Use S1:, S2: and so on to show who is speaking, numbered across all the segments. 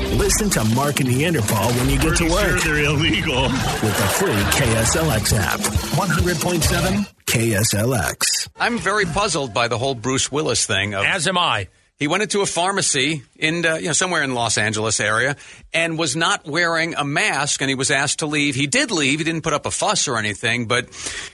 S1: Listen to Mark and Neanderthal when you get
S2: Pretty
S1: to
S2: sure
S1: work
S2: they're illegal.
S1: with the free KSLX app. 100.7 KSLX.
S3: I'm very puzzled by the whole Bruce Willis thing. Of,
S4: As am I.
S3: he went into a pharmacy in uh, you know somewhere in Los Angeles area and was not wearing a mask, and he was asked to leave. He did leave. He didn't put up a fuss or anything, but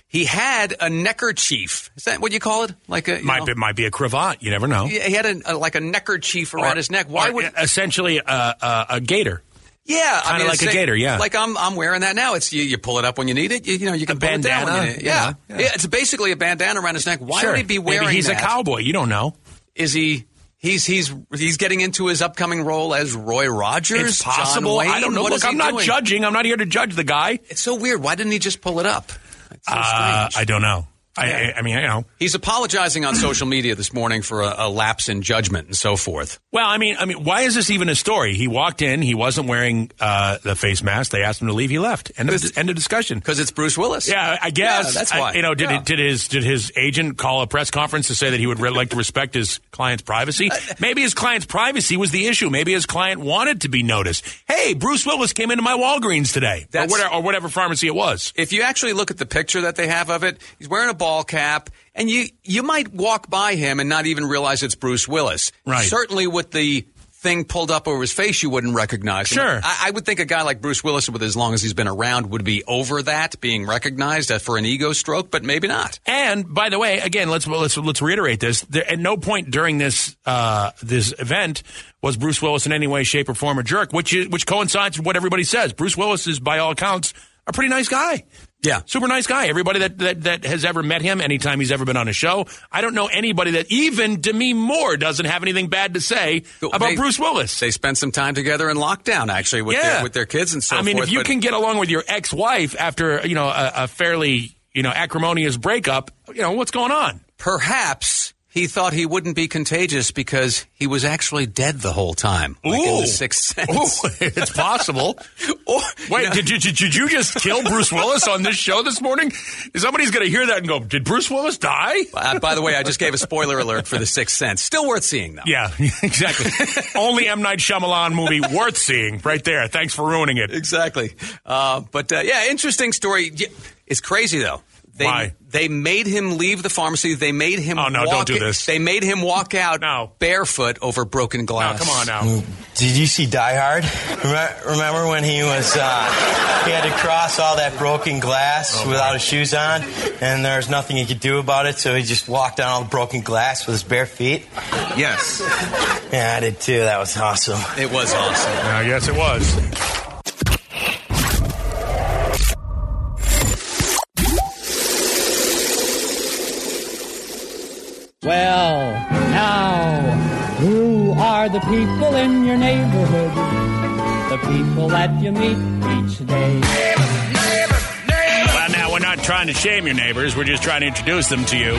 S3: he had a neckerchief. Is that what you call it? Like a you
S4: Might
S3: know,
S4: be, might be a cravat. You never know.
S3: Yeah, he had a, a like a neckerchief
S4: Or-
S3: around his neck. Why
S4: or uh,
S3: would?
S4: essentially a, a, a gator?
S3: Yeah, I
S4: kinda
S3: mean,
S4: like
S3: it's
S4: a gator, yeah.
S3: Like I'm, I'm wearing that now. It's you, you pull it up when you need it. You, you know, you can
S4: A
S3: pull it down when you
S4: bandana,
S3: need it. Yeah.
S4: yeah,
S3: Yeah,
S4: yeah.
S3: It's basically a bandana around his neck. Why
S4: sure.
S3: would he be wearing?
S4: Maybe he's
S3: that?
S4: a cowboy. You don't know.
S3: Is he? He's he's he's getting into his upcoming role as Roy Rogers.
S4: It's possible.
S3: John Wayne?
S4: I don't know.
S3: What
S4: Look,
S3: is he
S4: I'm not
S3: doing?
S4: judging. I'm not here to judge the guy.
S3: It's so weird. Why didn't he just pull it up? It's so
S4: Uh,
S3: strange.
S4: I don't know. I, I, I mean, you know.
S3: He's apologizing on social media this morning for a, a lapse in judgment and so forth.
S4: Well, I mean, I mean, why is this even a story? He walked in. He wasn't wearing uh, the face mask. They asked him to leave. He left. End of, end of discussion.
S3: Because it's Bruce Willis.
S4: Yeah, I guess.
S3: Yeah, that's
S4: I-
S3: why.
S4: you know, did
S3: Yeah.
S4: it, did his did his agent call a press conference to say that he would re- like to respect his client's
S3: Uh,
S4: privacy? Maybe his client's privacy was the issue. Maybe his client wanted to be noticed. Hey, Bruce Willis came into my Walgreens today, or
S3: That's-
S4: whatever, or whatever pharmacy it was.
S3: if you actually look at the picture that they have of it, he's wearing a ball cap, and you you might walk by him and not even realize it's Bruce Willis.
S4: Right.
S3: Certainly with the thing pulled up over his face, you wouldn't recognize. him.
S4: Sure.
S3: I, I would think a guy like Bruce Willis, with as long as he's been around, would be over that being recognized for an ego stroke, but maybe not.
S4: And by the way, again, let's let's let's reiterate this. There, at no point during this uh, this event was Bruce Willis in any way, shape, or form a jerk, which is, which coincides with what everybody says. Bruce Willis is, by all accounts, a pretty nice guy.
S3: Yeah.
S4: super nice guy. Everybody that, that that has ever met him, anytime he's ever been on a show, I don't know anybody that even Demi Moore doesn't have anything bad to say about
S3: They-
S4: Bruce Willis.
S3: They spent some time together in lockdown, actually, with
S4: yeah,
S3: their, with their kids and so.
S4: I mean,
S3: forth,
S4: if you
S3: but-
S4: can get along with your ex-wife after you know a, a fairly you know acrimonious breakup, you know what's going on.
S3: perhaps he thought he wouldn't be contagious because he was actually dead the whole time. Like in the sixth sense.
S4: Ooh, it's possible.
S3: Or-
S4: Wait, did, you, did you just kill Bruce Willis on this show this morning? Somebody's going to hear that and go, "Did Bruce Willis die?"
S3: Uh, by the way, I just gave a spoiler alert for The Sixth Sense. Still worth seeing, though.
S4: Yeah, exactly. Only M Night Shyamalan movie worth seeing, right there. Thanks for ruining it.
S3: Exactly. Uh, but uh, yeah, interesting story. Y- It's crazy, though. They,
S4: Why?
S3: They made him leave the pharmacy. They made him.
S4: Oh, no, don't
S3: walk
S4: do this.
S3: They made him walk out
S4: No.
S3: barefoot over broken
S4: Now,
S3: glass.
S4: Oh, come on now.
S5: Did you see Die Hard? Reme- Remember when he was uh, he had to cross all that broken glass without his shoes on, and there was nothing he could do about it, so he just walked on all the broken glass with his bare feet.
S6: Yes.
S5: Yeah, I did too. That was awesome.
S3: It was awesome.
S4: Uh, yes, it was.
S7: Well, now, who are the people in your neighborhood? The people that you meet each day.
S4: Well, now, we're not trying to shame your neighbors. We're just trying to introduce them to you,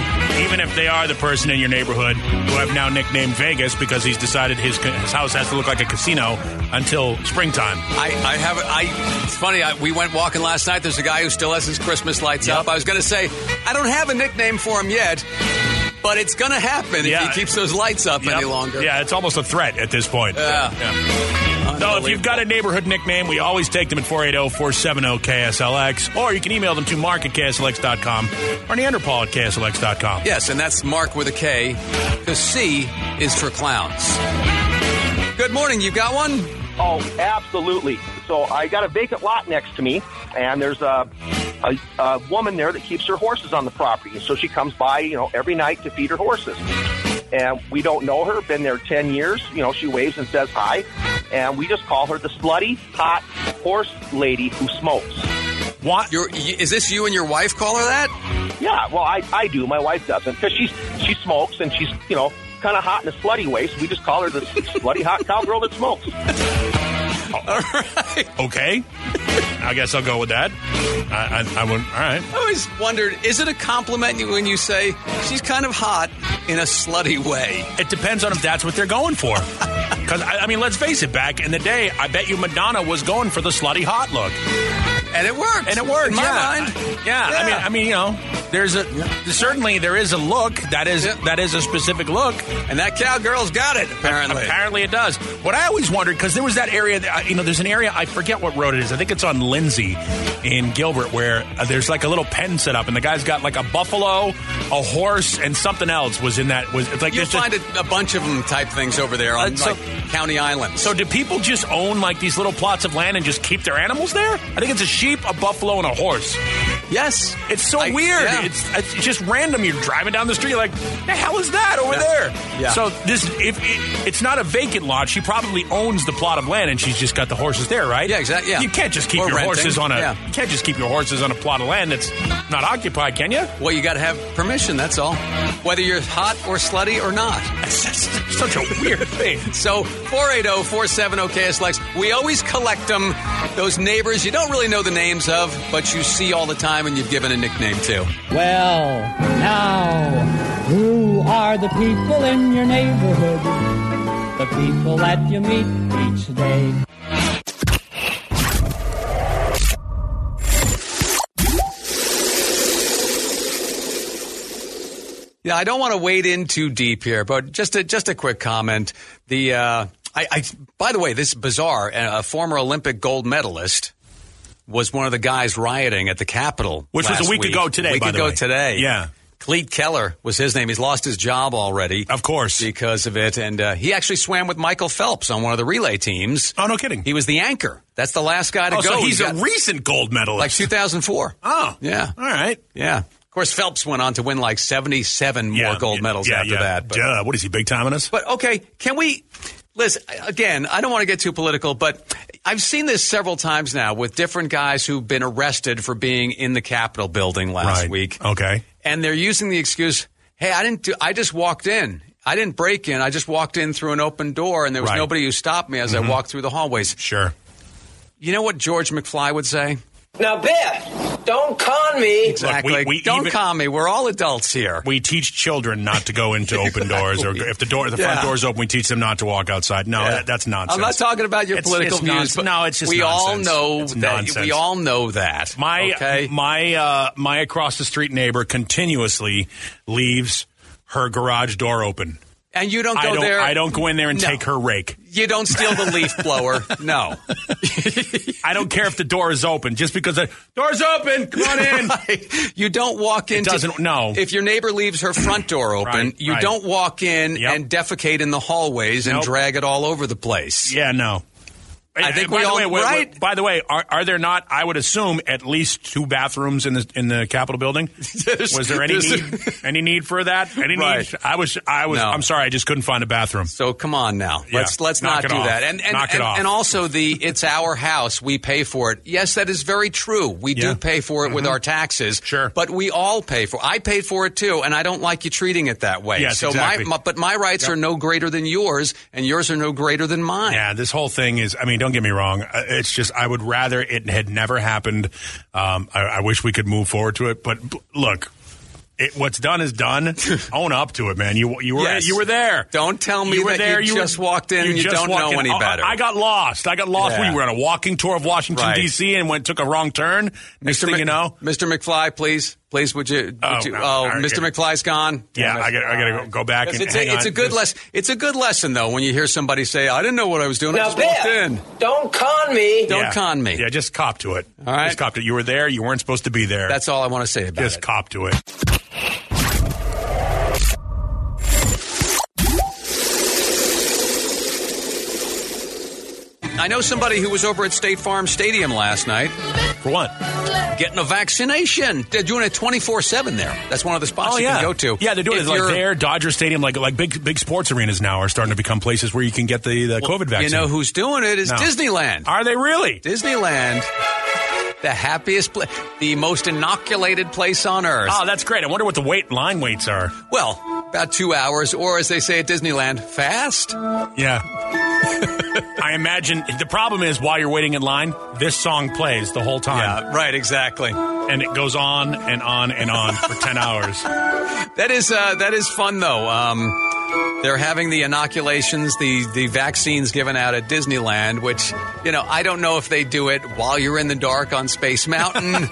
S4: even if they are the person in your neighborhood who I've now nicknamed Vegas because he's decided his, ca- his house has to look like a casino until springtime.
S3: I, I have. I. It's funny. I, we went walking last night. There's a guy who still has his Christmas lights
S4: Yep.
S3: up. I was going to say I don't have a nickname for him yet, but it's going to happen
S4: Yeah.
S3: if he keeps those lights up any
S4: Yep.
S3: longer.
S4: Yeah, it's almost a threat at this point.
S3: Yeah.
S4: No, if you've got a neighborhood nickname, we always take them at oh, 480-470-KSLX, or you can email them to mark at KSLX.com or Neanderthal at KSLX.com.
S3: Yes, and that's Mark with a K, because C is for clowns. Good morning. You got one?
S8: Oh, absolutely. So I got a vacant lot next to me, and there's a, a, a woman there that keeps her horses on the property. And so she comes by, you know, every night to feed her horses. And we don't know her, been there 10 years. You know, she waves and says hi. And we just call her the slutty, hot horse lady who smokes.
S4: What?
S3: Your, y- is this you and your wife call her that?
S8: Yeah, well, I, I do. My wife doesn't because she's she smokes and she's you know kind of hot in a slutty way. So we just call her the slutty hot cowgirl that smokes.
S4: okay. I guess I'll go with that. I, I, I would. All right.
S3: I always wondered, is it a compliment when you say she's kind of hot in a slutty way?
S4: It depends on if that's what they're going for. Because I, I mean, let's face it. Back in the day, I bet you Madonna was going for the slutty hot look.
S3: And it worked.
S4: And it worked.
S3: In my
S4: yeah.
S3: mind.
S4: I- yeah. I mean, I mean, you know, there's a certainly there is a look that is
S3: Yeah.
S4: that is a specific look.
S3: and that cowgirl's got it, apparently.
S4: Apparently, it does. What I always wondered because there was that area, that, you know, there's an area I forget what road it is. I think it's on Lindsay in Gilbert, where uh, there's like a little pen set up, and the guy's got like a buffalo, a horse, and something else was in that. Was it's like
S3: You
S4: there's just-
S3: find a, a bunch of them type things over there on
S4: Uh, so-
S3: like County Island.
S4: So do people just own like these little plots of land and just keep their animals there? I think it's a sheep, a buffalo, and a horse.
S3: yes,
S4: It's so
S3: I-
S4: weird.
S3: yeah.
S4: It's, it's just random. You're driving down the street, you're like, the hell is that over
S3: Yeah.
S4: there?
S3: Yeah.
S4: So this, if it, it's not a vacant lot, she probably owns the plot of land, and she's just got the horses there, right?
S3: Yeah, exact- yeah.
S4: You can't just keep
S3: Or
S4: your
S3: renting.
S4: horses on a.
S3: Yeah.
S4: You can't just keep your horses on a plot of land that's not occupied, can you?
S3: well, you got to have permission. That's all. Whether you're hot or slutty or not.
S4: It's just such a weird thing.
S3: So oh, 480-470-KSLX. We always collect them. Those neighbors you don't really know the names of, but you see all the time, and you've given a nickname to.
S7: Well, now, who are the people in your neighborhood? The people that you meet each day.
S3: Yeah, I don't want to wade in too deep here, but just a, just a quick comment. The uh, I, I by the way, this is bizarre. uh, A former Olympic gold medalist was one of the guys rioting at the Capitol,
S4: Which was a
S3: last
S4: week ago today,
S3: A week
S4: by the
S3: ago
S4: way.
S3: today,
S4: Yeah.
S3: Cleet Keller was his name. He's lost his job already,
S4: Of course.
S3: because of it. And uh, he actually swam with Michael Phelps on one of the relay teams.
S4: Oh, no kidding.
S3: He was the anchor. That's the last guy to
S4: oh,
S3: go.
S4: so he's,
S3: He
S4: a
S3: got-
S4: recent gold
S3: like
S4: medalist.
S3: 2004.
S4: oh,
S3: yeah.
S4: All right.
S3: Yeah. Of course, Phelps went on to win like 77 more gold medals
S4: yeah,
S3: after
S4: yeah.
S3: that. But,
S4: Duh, what is he big timing us?
S3: but okay, can we, Liz, again, I don't want to get too political, but I've seen this several times now with different guys who've been arrested for being in the Capitol building last
S4: Right. Oh.
S3: week.
S4: Okay.
S3: And they're using the excuse, hey, I didn't do, I just walked in. I didn't break in. I just walked in through an open door and there was
S4: Right. Mm-hmm.
S3: nobody who stopped me as I walked through the hallways.
S4: Sure.
S3: You know what George McFly would say?
S2: Now, Beth, don't con me.
S3: Exactly.
S4: we- we
S3: Don't
S4: even-
S3: calm me. We're all adults here.
S4: We teach children not to go into open doors, or if the door, the front
S3: Yeah.
S4: door's open, we teach them not to walk outside. No,
S3: Yeah.
S4: that, that's nonsense.
S3: I'm not talking about your
S4: It's-
S3: political
S4: it's
S3: views.
S4: nonsense.
S3: but
S4: no, it's just
S3: we
S4: nonsense.
S3: all know
S4: It's
S3: that.
S4: nonsense.
S3: We all know that.
S4: My
S3: okay.
S4: my uh, my across the street neighbor continuously leaves her garage door open.
S3: and you don't go
S4: I don't
S3: there.
S4: I don't go in there and
S3: No.
S4: take her rake.
S3: You don't steal the leaf blower. No.
S4: I don't care if the door is open. Just because the door's open, come on in.
S3: you don't walk into.
S4: doesn't- no.
S3: If your neighbor leaves her front door open,
S4: Right,
S3: you
S4: right.
S3: don't walk in
S4: Yep.
S3: and defecate in the hallways and
S4: Nope.
S3: drag it all over the place.
S4: Yeah, no.
S3: I think
S4: by
S3: we
S4: the
S3: all-
S4: way, wait, wait,
S3: right?
S4: by the way, are, are there not? I would assume at least two bathrooms in the in the Capitol building.
S3: There's-
S4: was there any
S3: there's-
S4: need, any need for that? Any
S3: Right.
S4: need? I was I was.
S3: No.
S4: I'm sorry, I just couldn't find a bathroom.
S3: So come on now.
S4: Yeah.
S3: Let's let's
S4: Knock
S3: not
S4: it
S3: do
S4: off.
S3: that. And and,
S4: Knock it
S3: and,
S4: off.
S3: and also the it's our house, we pay for it. Yes, that is very true. We
S4: Yeah. Mm-hmm.
S3: do pay for it with our taxes.
S4: Sure.
S3: But we all pay for I paid for it too, and I don't like you treating it that way.
S4: Yes,
S3: so
S4: exactly.
S3: my, my but my rights are no greater than yours, and yours are no greater than mine.
S4: Yeah, this whole thing is. I mean, don't get me wrong. uh, It's just I would rather it had never happened. Um, I, I wish we could move forward to it, but b- look. It, what's done is done. Own up to it, man. You you were
S3: Yes.
S4: you were there.
S3: Don't tell me that you just walked in and you
S4: just
S3: don't
S4: walked
S3: know
S4: in.
S3: any
S4: Oh,
S3: better.
S4: I got lost. I got lost.
S3: Yeah.
S4: We were on a walking tour of Washington
S3: Right.
S4: D.C. and went took a wrong turn. Next thing
S3: Mc-
S4: you know,
S3: Mr. McFly, please, please, would you? Would
S4: Oh,
S3: you,
S4: no,
S3: oh
S4: all right,
S3: Mr.
S4: yeah.
S3: McFly's gone.
S4: yeah, I got I got to go back and
S3: It's
S4: hang
S3: a, it's
S4: on.
S3: a good
S4: Just-
S3: lesson. It's a good lesson, though, when you hear somebody say, "I didn't know what I was doing. I
S2: Now,
S3: just walked in."
S2: Beth, don't con me.
S3: Don't
S4: yeah.
S3: con me.
S4: Yeah, just cop to it.
S3: All right.
S4: just cop to it. You were there. You weren't supposed to be there.
S3: That's all I want to say about
S4: just
S3: it.
S4: cop to it.
S3: I know somebody who was over at State Farm Stadium last night
S4: For what?
S3: getting a vaccination. They're doing it 24 7 there. That's one of the spots you can go to.
S4: Oh, Yeah, they're doing
S3: If
S4: it like
S3: you're-
S4: there, Dodger Stadium, like like big big sports arenas now are starting to become places where you can get the, the COVID vaccine.
S3: You know who's doing it is
S4: No.
S3: Disneyland.
S4: Are they really?
S3: Disneyland, the happiest, pla- the most inoculated place on earth.
S4: Oh, that's great. I wonder what the wait line waits are.
S3: well, about two hours, or as they say at Disneyland, fast.
S4: Yeah. I imagine the problem is while you're waiting in line, this song plays the whole time.
S3: right, exactly.
S4: And it goes on and on and on for 10 hours.
S3: That is uh, that is fun though. Um, They're having the inoculations, the, the vaccines given out at Disneyland, which, you know, I don't know if they do it while you're in the dark on Space Mountain.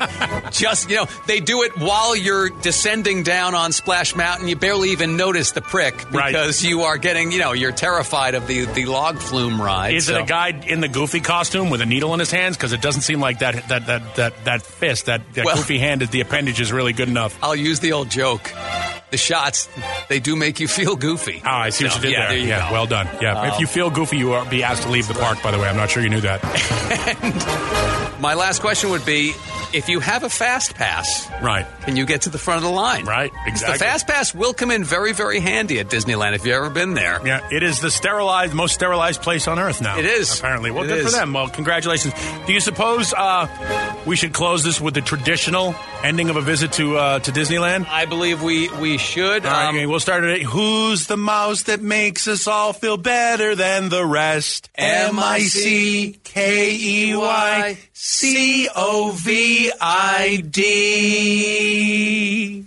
S3: Just, you know, they do it while you're descending down on Splash Mountain. You barely even notice the prick
S4: Right.
S3: because you are getting, you know, you're terrified of the, the log flume ride.
S4: Is it
S3: so-
S4: a guy in the goofy costume with a needle in his hands? Because it doesn't seem like that that that that, that fist, that, that
S3: Well-
S4: goofy hand, is the appendage is really good enough.
S3: I'll use the old joke. The shots, they do make you feel goofy.
S4: Oh, I see what
S3: So,
S4: you Um, did
S3: yeah,
S4: there.
S3: you
S4: yeah,
S3: go.
S4: well done. Yeah, if you feel goofy, you are be asked to leave the park. By the way, I'm not sure you knew that.
S3: My last question would be if you have a fast pass,
S4: right.
S3: can you get to the front of the line?
S4: Right,
S3: 'Cause
S4: exactly.
S3: The fast pass will come in very, very handy at Disneyland if you've ever been there.
S4: Yeah, it is the sterilized, most sterilized place on earth now.
S3: It is.
S4: apparently. Well,
S3: It
S4: good
S3: is.
S4: for them. Well, congratulations. Do you suppose uh, we should close this with the traditional ending of a visit to uh, to Disneyland?
S3: I believe we, we should.
S4: All right,
S3: um,
S4: okay, we'll start it. Who's the mouse that makes us all feel better than the rest? M I C K E Y C O V I D.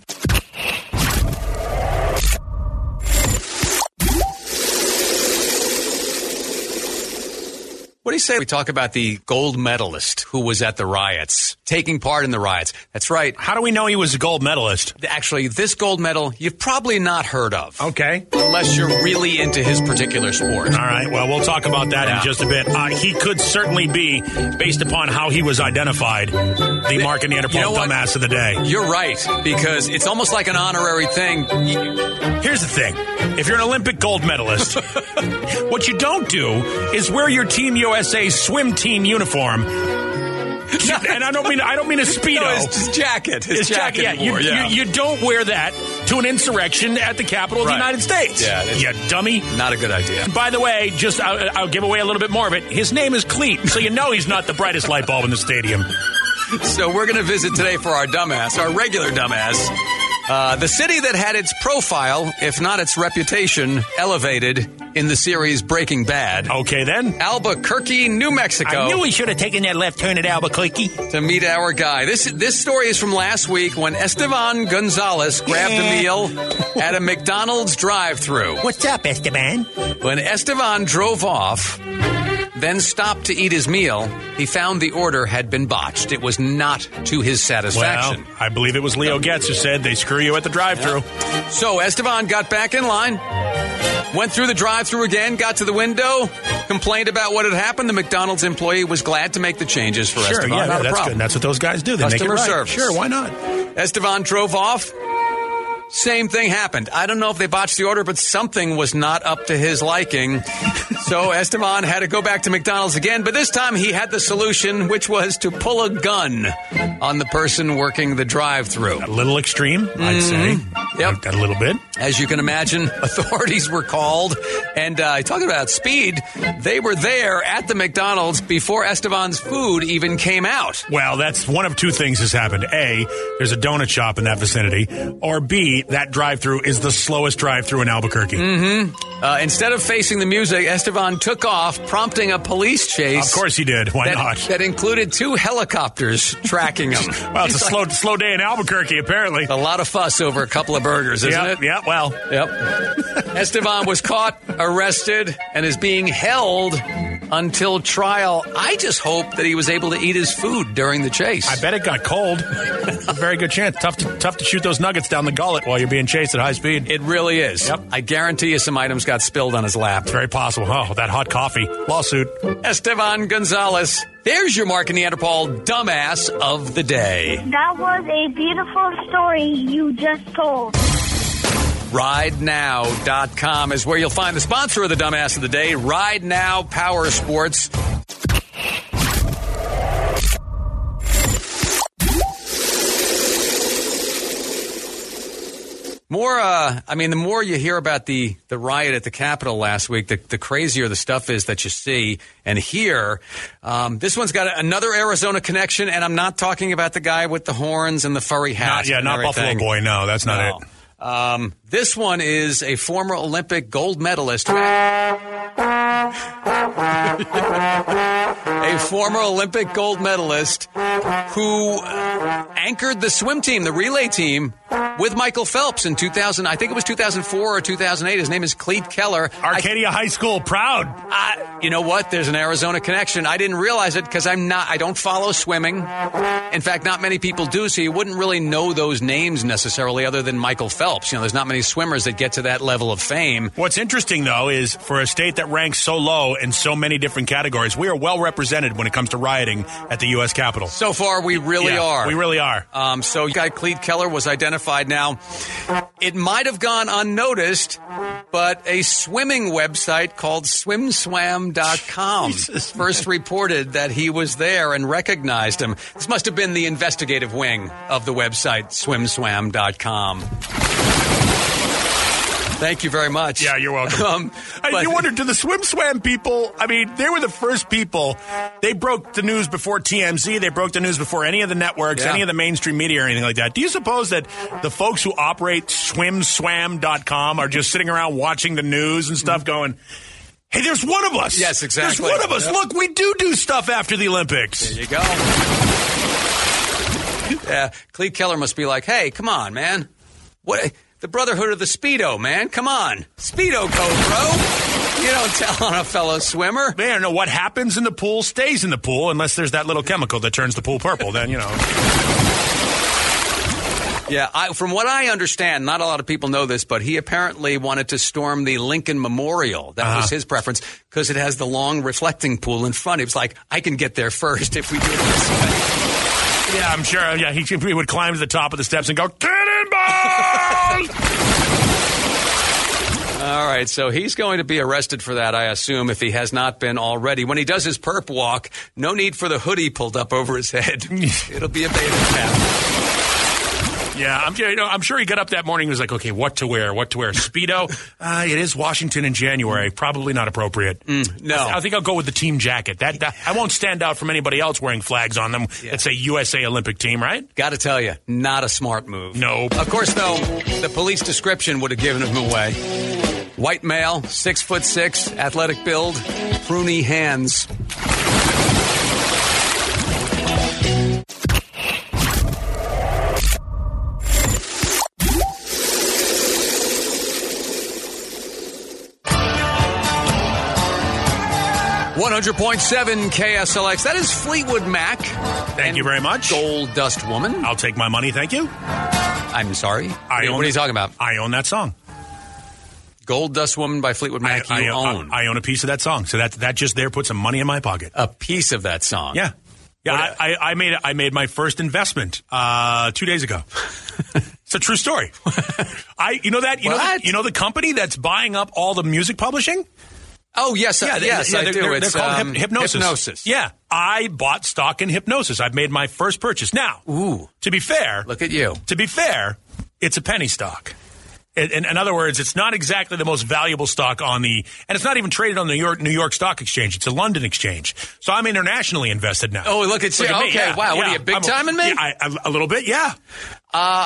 S3: What do you say we talk about the gold medalist who was at the riots, taking part in the riots? That's right.
S4: How do we know he was a gold medalist?
S3: Actually, this gold medal you've probably not heard of.
S4: Okay.
S3: Unless you're really into his particular sport.
S4: All right. Well, we'll talk about that in
S3: Yeah.
S4: just a bit. Uh, he could certainly be, based upon how he was identified, the Mark and Neanderthal
S3: You know what?
S4: dumbass of the day.
S3: You're right, because it's almost like an honorary thing.
S4: Here's the thing if you're an Olympic gold medalist, what you don't do is wear your Team USA swim team uniform. and I don't mean I don't mean a speedo.
S3: No, it's his jacket. His,
S4: It's
S3: jacket.
S4: yeah,
S3: he
S4: you,
S3: wore, yeah.
S4: You, you don't wear that to an insurrection at the Capitol of
S3: Right.
S4: the United States.
S3: Yeah, it's-
S4: you dummy.
S3: Not a good idea.
S4: By the way, just I'll, I'll give away a little bit more of it. His name is Cleet, so you know he's not the brightest light bulb in the stadium.
S3: So we're going to visit today for our dumbass, our regular dumbass, uh, the city that had its profile, if not its reputation, elevated in the series Breaking Bad.
S4: Okay, then.
S3: Albuquerque, New Mexico.
S4: I knew he should have taken that left turn at Albuquerque.
S3: to meet our guy. This this story is from last week when Esteban Gonzalez grabbed a meal at a McDonald's drive-through.
S6: What's up, Esteban?
S3: When Esteban drove off, then stopped to eat his meal, he found the order had been botched. It was not to his
S4: Well,
S3: satisfaction.
S4: I believe it was Leo Getz who said they screw you at the drive-through.
S3: So Esteban got back in line, went through the drive through again, got to the window, complained about what had happened. The McDonald's employee was glad to make the changes for
S4: Sure,
S3: Esteban.
S4: yeah,
S3: not a
S4: that's good.
S3: problem.
S4: And that's what those guys do. They
S3: Customer
S4: make it right.
S3: service.
S4: Sure, why not?
S3: Esteban drove off. Same thing happened. I don't know if they botched the order, but something was not up to his liking. so Esteban had to go back to McDonald's again, but this time he had the solution, which was to pull a gun on the person working the drive through.
S4: A little extreme, I'd say.
S3: Yep.
S4: Like that a little bit.
S3: As you can imagine, authorities were called. And uh, talking about speed, they were there at the McDonald's before Esteban's food even came out.
S4: Well, that's one of two things has happened. A, there's a donut shop in that vicinity, or B, that drive-through is the slowest drive-through in Albuquerque.
S3: Uh, instead of facing the music, Esteban took off, prompting a police chase.
S4: Of course he did. Why
S3: that,
S4: not?
S3: that included two helicopters tracking him.
S4: well, it's a slow, slow day in Albuquerque, apparently.
S3: A lot of fuss over a couple of burgers, isn't
S4: yeah,
S3: it?
S4: yeah. Well,
S3: Yep. Esteban was caught, arrested, and is being held until trial. I just hope that he was able to eat his food during the chase.
S4: I bet it got cold. Very good chance. Tough to, tough to shoot those nuggets down the gullet while you're being chased at high speed.
S3: It really is.
S4: Yep.
S3: I guarantee you some items got spilled on his lap.
S4: Very possible. Oh, that hot coffee lawsuit.
S3: Esteban Gonzalez. There's your Mark and Neanderthal dumbass of the day.
S9: That was a beautiful story you just told.
S3: RideNow.com is where you'll find the sponsor of the dumbass of the day, Ride Now Power Sports. More, uh, I mean, the more you hear about the, the riot at the Capitol last week, the, the crazier the stuff is that you see and hear. Um, this one's got another Arizona connection, and I'm not talking about the guy with the horns and the furry
S4: Not,
S3: hat.
S4: Uh, yeah,
S3: and
S4: not Buffalo
S3: everything.
S4: Boy. No, that's not it.
S3: No. Um, this one is a former Olympic gold medalist. who- a former Olympic gold medalist who uh, anchored the swim team, the relay team, with Michael Phelps in 2000. I think it was 2004 or 2008. His name is Cleve Keller. I-
S4: Arcadia High School, proud.
S3: I, you know what? There's an Arizona connection. I didn't realize it because I'm not. I don't follow swimming. In fact, not many people do, so you wouldn't really know those names necessarily, other than Michael Phelps. You know, there's not many swimmers that get to that level of fame.
S4: What's interesting, though, is for a state that ranks so low in so many different categories, we are well represented when it comes to rioting at the U.S. Capitol.
S3: So far, we really
S4: Yeah,
S3: are.
S4: We really are.
S3: Um, so, guy Cleve Keller was identified. Now, it might have gone unnoticed, but a swimming website called swimswam.com first reported that he was there and recognized him. This must have been the investigative wing of the website swimswam.com. Thank you very much.
S4: Yeah, you're welcome.
S3: Um,
S4: And
S3: but-
S4: you wonder, do the swim swam people? I mean, they were the first people. They broke the news before TMZ. They broke the news before any of the networks,
S3: Yeah.
S4: any of the mainstream media, or anything like that. Do you suppose that the folks who operate swimswam.com are just sitting around watching the news and stuff going, hey, there's one of us.
S3: Mm-hmm. Yes, exactly.
S4: There's one of us.
S3: Yep.
S4: Look, we do do stuff after the Olympics.
S3: There you go. Yeah, Cleve Keller must be like, hey, come on, man. What the Brotherhood of the Speedo, man? Come on, Speedo code, bro. You don't tell on a fellow swimmer.
S4: They don't know what happens in the pool stays in the pool unless there's that little chemical that turns the pool purple. Then, you know.
S3: Yeah, I, from what I understand, not a lot of people know this, but he apparently wanted to storm the Lincoln Memorial. That was his preference because it has the long reflecting pool in front. He was like, I can get there first if we do it this way.
S4: Yeah, I'm sure. Yeah, he, he would climb to the top of the steps and go, Cannonball!
S3: All right, so he's going to be arrested for that, I assume, if he has not been already. When he does his perp walk, no need for the hoodie pulled up over his head. It'll be a bathing cap.
S4: yeah, I'm sure, you know, I'm sure he got up that morning and was like, okay, what to wear? What to wear? Speedo? uh, it is Washington in January. Probably not appropriate.
S3: no.
S4: I, I think I'll go with the team jacket. That, that I won't stand out from anybody else wearing flags on them that say USA Olympic team, right?
S3: Got to tell you, not a smart move.
S4: Nope.
S3: Of course, though, the police description would have given him away. White male, six foot six, athletic build, pruny hands. One hundred point seven KSLX. That is Fleetwood Mac.
S4: Thank you very much.
S3: Gold Dust Woman.
S4: I'll take my money, thank you.
S3: I'm sorry.
S4: I own
S3: what are you
S4: the-
S3: talking about?
S4: I own that song.
S3: Gold Dust Woman by Fleetwood Mac.
S4: I, I,
S3: you own
S4: I, I own a piece of that song. So that, that just there put some money in my pocket.
S3: a piece of that song.
S4: Yeah. Yeah,
S3: What-
S4: I, I, I made I made my first investment uh, two days ago. it's a true story. I you know that you know
S3: What?
S4: the, you know the company that's buying up all the music publishing.
S3: Oh yes, yeah,
S4: they-
S3: yes, I
S4: they're,
S3: do.
S4: They're,
S3: it's
S4: they're called
S3: um,
S4: hyp- hypnosis.
S3: Hypnosis.
S4: Yeah, I bought stock in hypnosis. I've made my first purchase. Now,
S3: Ooh.
S4: to be fair,
S3: Look at you.
S4: to be fair, it's a penny stock. In, in, in other words, it's not exactly the most valuable stock on the, and it's not even traded on the New York, New York Stock Exchange. It's a London exchange. So I'm internationally invested now.
S3: Oh, look at you.
S4: me,
S3: Okay,
S4: yeah,
S3: wow. What
S4: yeah.
S3: are you, big
S4: I'm a-
S3: time in me? Uh,
S4: Yeah, I- I- a little bit, yeah.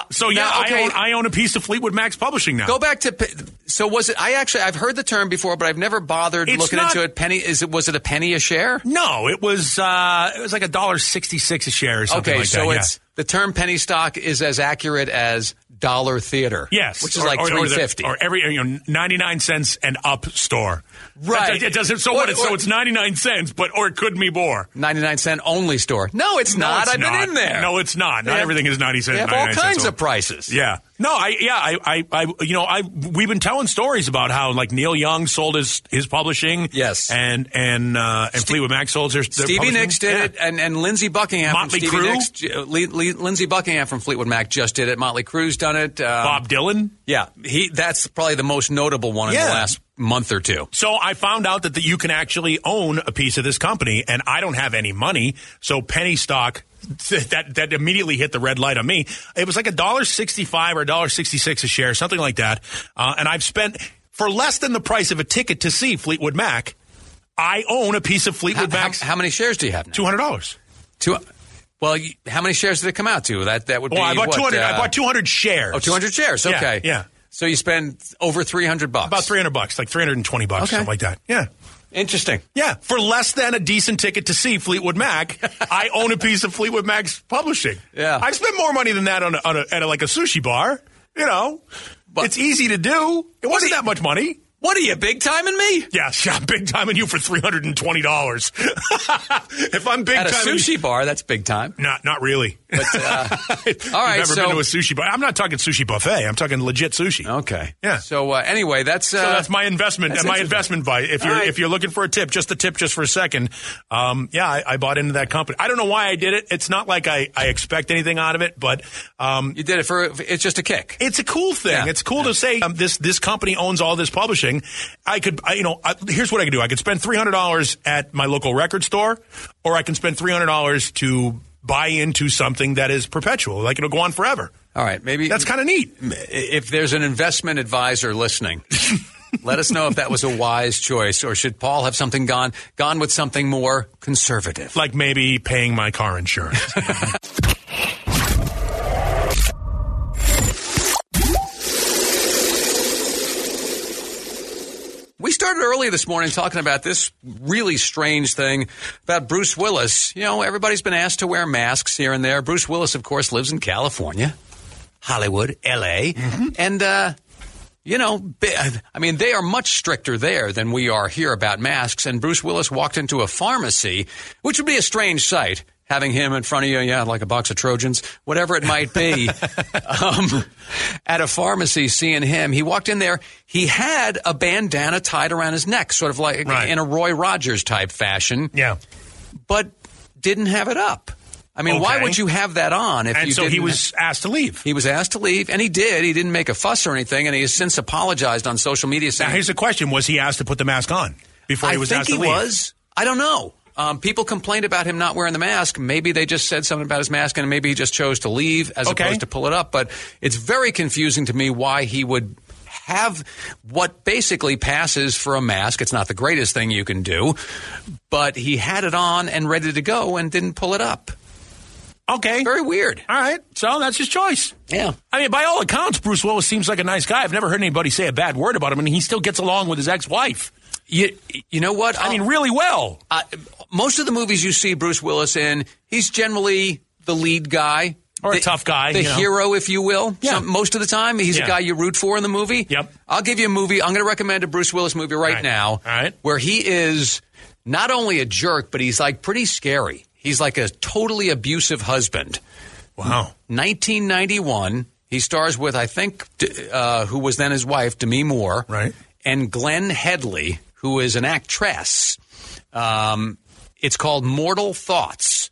S4: so yeah,
S3: now, okay.
S4: I, own, I own a piece of Fleetwood Mac's publishing now.
S3: Go back to pe- so was it? I actually I've heard the term before, but I've never bothered
S4: It's
S3: looking
S4: not-
S3: into it. Penny is it? Was it a penny a share?
S4: No, it was uh, it was like a dollar sixty six a share or something
S3: Okay,
S4: like that.
S3: so
S4: yeah.
S3: it's the term penny stock is as accurate as dollar theater.
S4: Yes,
S3: which is
S4: or-
S3: like
S4: or- or
S3: three
S4: the-
S3: fifty.
S4: or, every you know ninety nine cents and up store.
S3: Right.
S4: That- that- It doesn't. So
S3: Or-
S4: what? It's
S3: or-
S4: so it's ninety nine cents, but or it could be more.
S3: 99 cent only store. No, it's not.
S4: it's
S3: I've
S4: not.
S3: been in there.
S4: No, it's not. Not
S3: They have-
S4: everything is ninety
S3: They
S4: cents.
S3: have all
S4: 99 cents
S3: kinds
S4: only.
S3: of prices.
S4: Yeah. No, I yeah, I, I I you know, I we've been telling stories about how like Neil Young sold his his publishing.
S3: Yes.
S4: And and uh and Fleetwood Mac sold their, their
S3: Stevie
S4: publishing.
S3: Nicks did
S4: Yeah.
S3: it, and, and Lindsey Buckingham
S4: Motley
S3: from Stevie
S4: Crue?
S3: Nicks, uh, Li- Li- Lindsey Buckingham from Fleetwood Mac just did it. Motley Crue's done it. Um,
S4: Bob Dylan.
S3: yeah, he that's probably the most notable one in
S4: Yeah.
S3: the last month or two.
S4: So I found out that the, you can actually own a piece of this company, and I don't have any money. So penny stock that that immediately hit the red light on me. It was like a dollar sixty five or a dollar sixty six a share, something like that. Uh, and I've spent for less than the price of a ticket to see Fleetwood Mac. I own a piece of
S3: How,
S4: Fleetwood
S3: how,
S4: Mac's
S3: how many shares do you have now?
S4: two hundred dollars.
S3: Two, well, you, how many shares did it come out to? That that would
S4: Well,
S3: be
S4: I bought
S3: what,
S4: two hundred. I
S3: uh,
S4: bought two hundred shares.
S3: Oh, 200 shares.
S4: Yeah,
S3: Okay.
S4: yeah.
S3: So you spend over 300 bucks.
S4: About three hundred bucks, like three hundred and twenty bucks,
S3: Okay.
S4: something like that. Yeah.
S3: Interesting.
S4: Yeah, for less than a decent ticket to see Fleetwood Mac, I own a piece of Fleetwood Mac's publishing.
S3: Yeah.
S4: I spend more money than that on a, on a, at a, like a sushi bar. You know,
S3: But-
S4: it's easy to do. It wasn't that much money.
S3: What are you, big time in me?
S4: Yeah, shit, I'm big time in you for three hundred and twenty dollars. if I'm big
S3: At a
S4: time, in you-
S3: sushi bar, that's big time.
S4: not not really.
S3: But, uh,
S4: I've
S3: all right,
S4: never
S3: so-
S4: been to a sushi bar. I'm not talking sushi buffet. I'm talking legit sushi.
S3: okay.
S4: Yeah.
S3: So uh, anyway, that's uh,
S4: So that's my investment.
S3: that's
S4: my
S3: interesting.
S4: investment buy. If
S3: All
S4: you're
S3: right.
S4: if you're looking for a tip, just a tip, just for a second. Um, yeah, I, I bought into that company. I don't know why I did it. It's not like I, I expect anything out of it, but um,
S3: you did it for. It's just a kick.
S4: it's a cool thing.
S3: Yeah.
S4: It's cool to say um, this this company owns all this publishing. I could, I, you know, I, here's what I could do. I could spend three hundred dollars at my local record store, or I can spend three hundred dollars to buy into something that is perpetual, like it'll go on forever.
S3: All right, maybe
S4: That's kind of neat.
S3: If there's an investment advisor listening, let us know if that was a wise choice, or should Paul have something gone gone with something more conservative?
S4: Like maybe paying my car insurance.
S3: We started early this morning talking about this really strange thing about Bruce Willis. You know, everybody's been asked to wear masks here and there. Bruce Willis, of course, lives in California, Hollywood, L.A.,
S4: Mm-hmm.
S3: and uh, you know, bi- I mean, they are much stricter there than we are here about masks. And Bruce Willis walked into a pharmacy, which would be a strange sight, having him in front of you, yeah, like a box of Trojans, whatever it might be, um, at a pharmacy, seeing him. He walked in there. He had a bandana tied around his neck, sort of like
S4: Right.
S3: in a Roy Rogers type fashion,
S4: yeah.
S3: but didn't have it up. I mean, why
S4: Okay.
S3: would you have that on if
S4: And
S3: you
S4: so
S3: didn't
S4: he was asked to leave.
S3: he was asked to leave, and he did. He didn't make a fuss or anything, and he has since apologized on social media saying,
S4: Now, here's the question: Was he asked to put the mask on before he
S3: "I
S4: was
S3: think
S4: asked
S3: he
S4: to leave?
S3: was. I don't know." Um, people complained about him not wearing the mask. Maybe they just said something about his mask, and maybe he just chose to leave as
S4: Okay.
S3: opposed to pull it up. But it's very confusing to me why he would have what basically passes for a mask. It's not the greatest thing you can do, but he had it on and ready to go and didn't pull it up.
S4: Okay.
S3: Very weird.
S4: all right. So that's his choice.
S3: Yeah.
S4: I mean, by all accounts, Bruce Willis seems like a nice guy. I've never heard anybody say a bad word about him, and he still gets along with his ex-wife.
S3: You, you know what?
S4: I
S3: I'll-
S4: mean, really well.
S3: uh, most of the movies you see Bruce Willis in, he's generally the lead guy.
S4: Or a
S3: The-
S4: tough guy,
S3: The
S4: you know.
S3: hero, if you will.
S4: Yeah.
S3: most of the time, he's
S4: Yeah.
S3: a guy you root for in the movie.
S4: Yep.
S3: I'll give you a movie. I'm going to recommend a Bruce Willis movie right,
S4: All right.
S3: now
S4: All right.
S3: where he is not only a jerk, but he's like pretty scary. He's like a totally abusive husband.
S4: Wow.
S3: 1991. He stars with, I think, d- uh, who was then his wife, Demi Moore.
S4: Right.
S3: And Glenn Headley, who is an actress. Um, it's called Mortal Thoughts.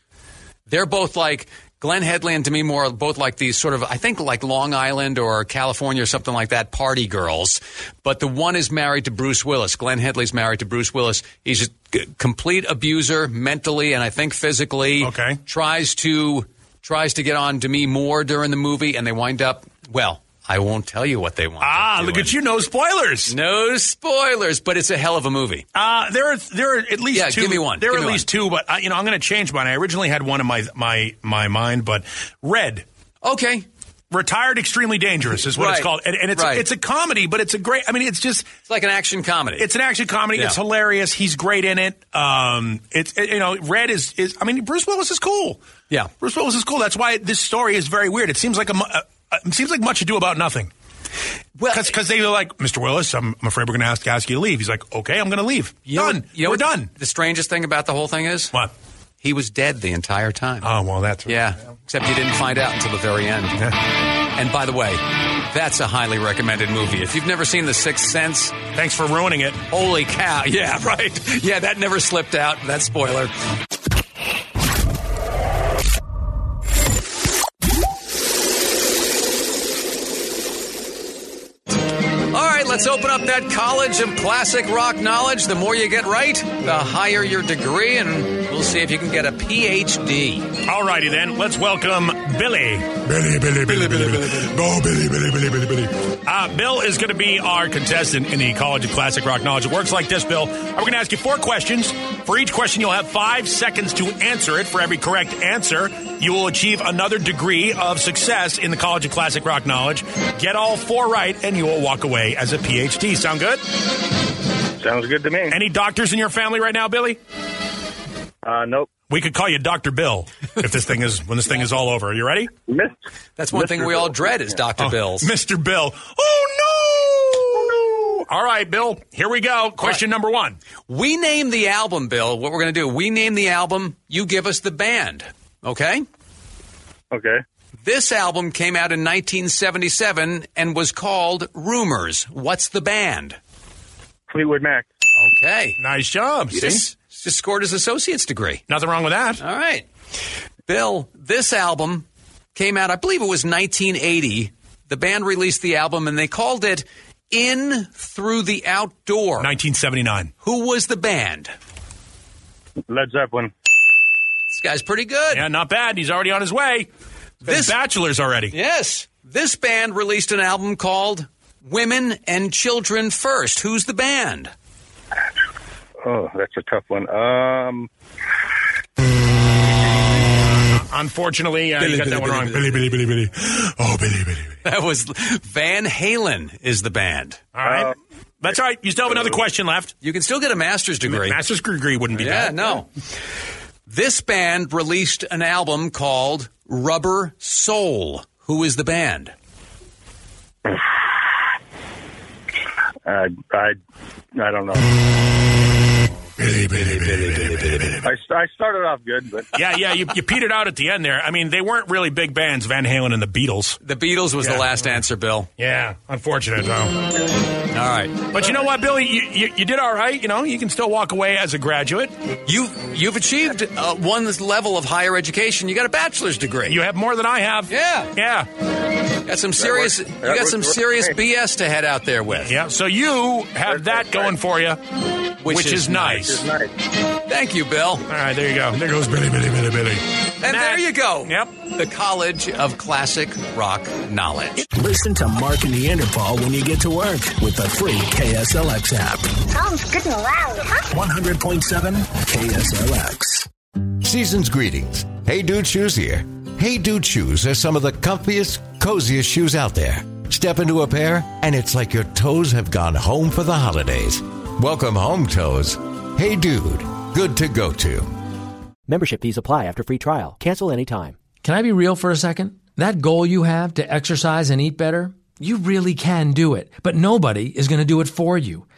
S3: They're both like, Glenn Headley and Demi Moore are both like these sort of, I think, like Long Island or California or something like that, party girls. But the one is married to Bruce Willis. Glenn Headley's married to Bruce Willis. He's a c- complete abuser mentally and I think physically
S4: Okay.
S3: tries to tries to get on Demi Moore during the movie, and they wind up. Well, I won't tell you what they want.
S4: Ah, look at you. No spoilers.
S3: No spoilers, but it's a hell of a movie.
S4: Uh, there are there are at least
S3: Yeah,
S4: two.
S3: give me one.
S4: There are
S3: Give
S4: at
S3: me
S4: least two, but I, you know I'm going to change mine. I originally had one in my my my mind, but red.
S3: Okay,
S4: Retired, extremely dangerous is what it's
S3: Right.
S4: called, and, and it's
S3: Right.
S4: it's a comedy, but it's a great. I mean, it's just
S3: it's like an action comedy.
S4: It's an action comedy.
S3: Yeah.
S4: It's hilarious. He's great in it. Um, it's it- you know, Red is is. I mean, Bruce Willis is cool.
S3: Yeah.
S4: Bruce Willis is cool. That's why this story is very weird. It seems like a, mu- uh uh it seems like much ado about nothing.
S3: well,
S4: Because they were like, Mr. Willis, I'm, I'm afraid we're going to ask ask you to leave. He's like, okay, I'm going to leave.
S3: you know-
S4: done.
S3: you know
S4: we're
S3: what
S4: done.
S3: The strangest thing about the whole thing is
S4: What?
S3: he was dead the entire time.
S4: Oh well, that's
S3: Yeah, except you didn't find out until the very end. And by the way, that's a highly recommended movie. If you've never seen The Sixth Sense,
S4: Thanks for ruining it.
S3: holy cow! Yeah, right. Yeah, that never slipped out. That spoiler. All right, let's open up that college of classic rock knowledge. The more you get right, the higher your degree, and we'll see if you can get a PhD.
S4: All righty then, let's welcome Billy. Billy, Billy, Billy, Billy, Billy, Billy. Go, Billy, Billy, Billy, Billy, Billy. Uh, Bill is going to be our contestant in the College of Classic Rock Knowledge. It works like this, Bill. We're going to ask you four questions. For each question, you'll have five seconds to answer it. For every correct answer, you will achieve another degree of success in the College of Classic Rock Knowledge. Get all four right, and you will walk away as a PhD. Sound good?
S8: Sounds good to me.
S4: Any doctors in your family right now, Billy?
S8: Uh, nope.
S4: We could call you Doctor Bill if this thing is when this thing is all over. Are you ready,
S8: Miss,
S3: That's one thing
S8: Mr.
S3: we all
S8: Bill.
S3: dread is Dr. Bills.
S4: Mister Bill? Oh no! All right, Bill. Here we go. Question number one.
S3: We name the album, Bill. What we're going to do, we name the album, you give us the band. Okay?
S8: Okay.
S3: This album came out in 1977 and was called Rumors. What's the band?
S8: Fleetwood Mac.
S3: Okay.
S4: Nice job. See?
S3: Just, just scored his associate's degree.
S4: Nothing wrong with that.
S3: All right. Bill, this album came out, I believe it was 1980. The band released the album and they called it In Through the Outdoor.
S4: 1979.
S3: Who was the band?
S8: Led Zeppelin.
S3: This guy's pretty good.
S4: Yeah, not bad. He's already on his way.
S3: This-
S4: This bachelor's already.
S3: Yes. This band released an album called Women and Children First. Who's the band?
S8: Oh, that's a tough one. Um,
S4: Unfortunately, uh, you got that one wrong. Billy, Billy, Billy, Billy. Oh, Billy, Billy, Billy.
S3: That was Van Halen is the band.
S4: All right. That's all right. You still have another question left.
S3: You can still get a master's degree.
S4: Master's degree wouldn't be
S3: Yeah,
S4: bad.
S3: no. This band released an album called Rubber Soul. Who is the band?
S8: I, I, I don't know. I,
S4: Billy, Billy, Billy, Billy, Billy, Billy.
S8: I started off good, but
S4: Yeah, yeah. You, you petered out at the end there. I mean, they weren't really big bands, Van Halen and the Beatles.
S3: The Beatles was the
S4: Yeah.
S3: last answer, Bill.
S4: Yeah, unfortunate though.
S3: All right.
S4: But you know what, Billy? You, you, you did all right. You know, you can still walk away as a graduate.
S3: You you've achieved uh, one level of higher education. You got a bachelor's degree.
S4: You have more than I have.
S3: Yeah.
S4: Yeah.
S3: You got some serious
S8: worked-
S3: you
S8: that
S3: got some
S8: worked for
S3: serious
S8: me.
S3: BS to head out there with.
S4: Yeah. So you have that going for you, which, is, nice.
S8: nice.
S3: Thank you, Bill.
S4: All right, there you go. There goes Billy, Billy, Billy, Billy.
S3: And there you go.
S4: Yep.
S3: The College of Classic Rock Knowledge.
S1: Listen to Mark and Neanderthal when you get to work with the free KSLX app.
S9: Sounds good and loud, huh?
S1: 100.7 KSLX.
S6: Season's greetings. Hey Dude Shoes here. Hey Dude Shoes are some of the comfiest, coziest shoes out there. Step into a pair, and it's like your toes have gone home for the holidays. Welcome home, toes. Hey Dude, good to go to.
S10: Membership fees apply after free trial. Cancel anytime.
S11: Can I be real for a second? That goal you have to exercise and eat better, you really can do it. But nobody is going to do it for you.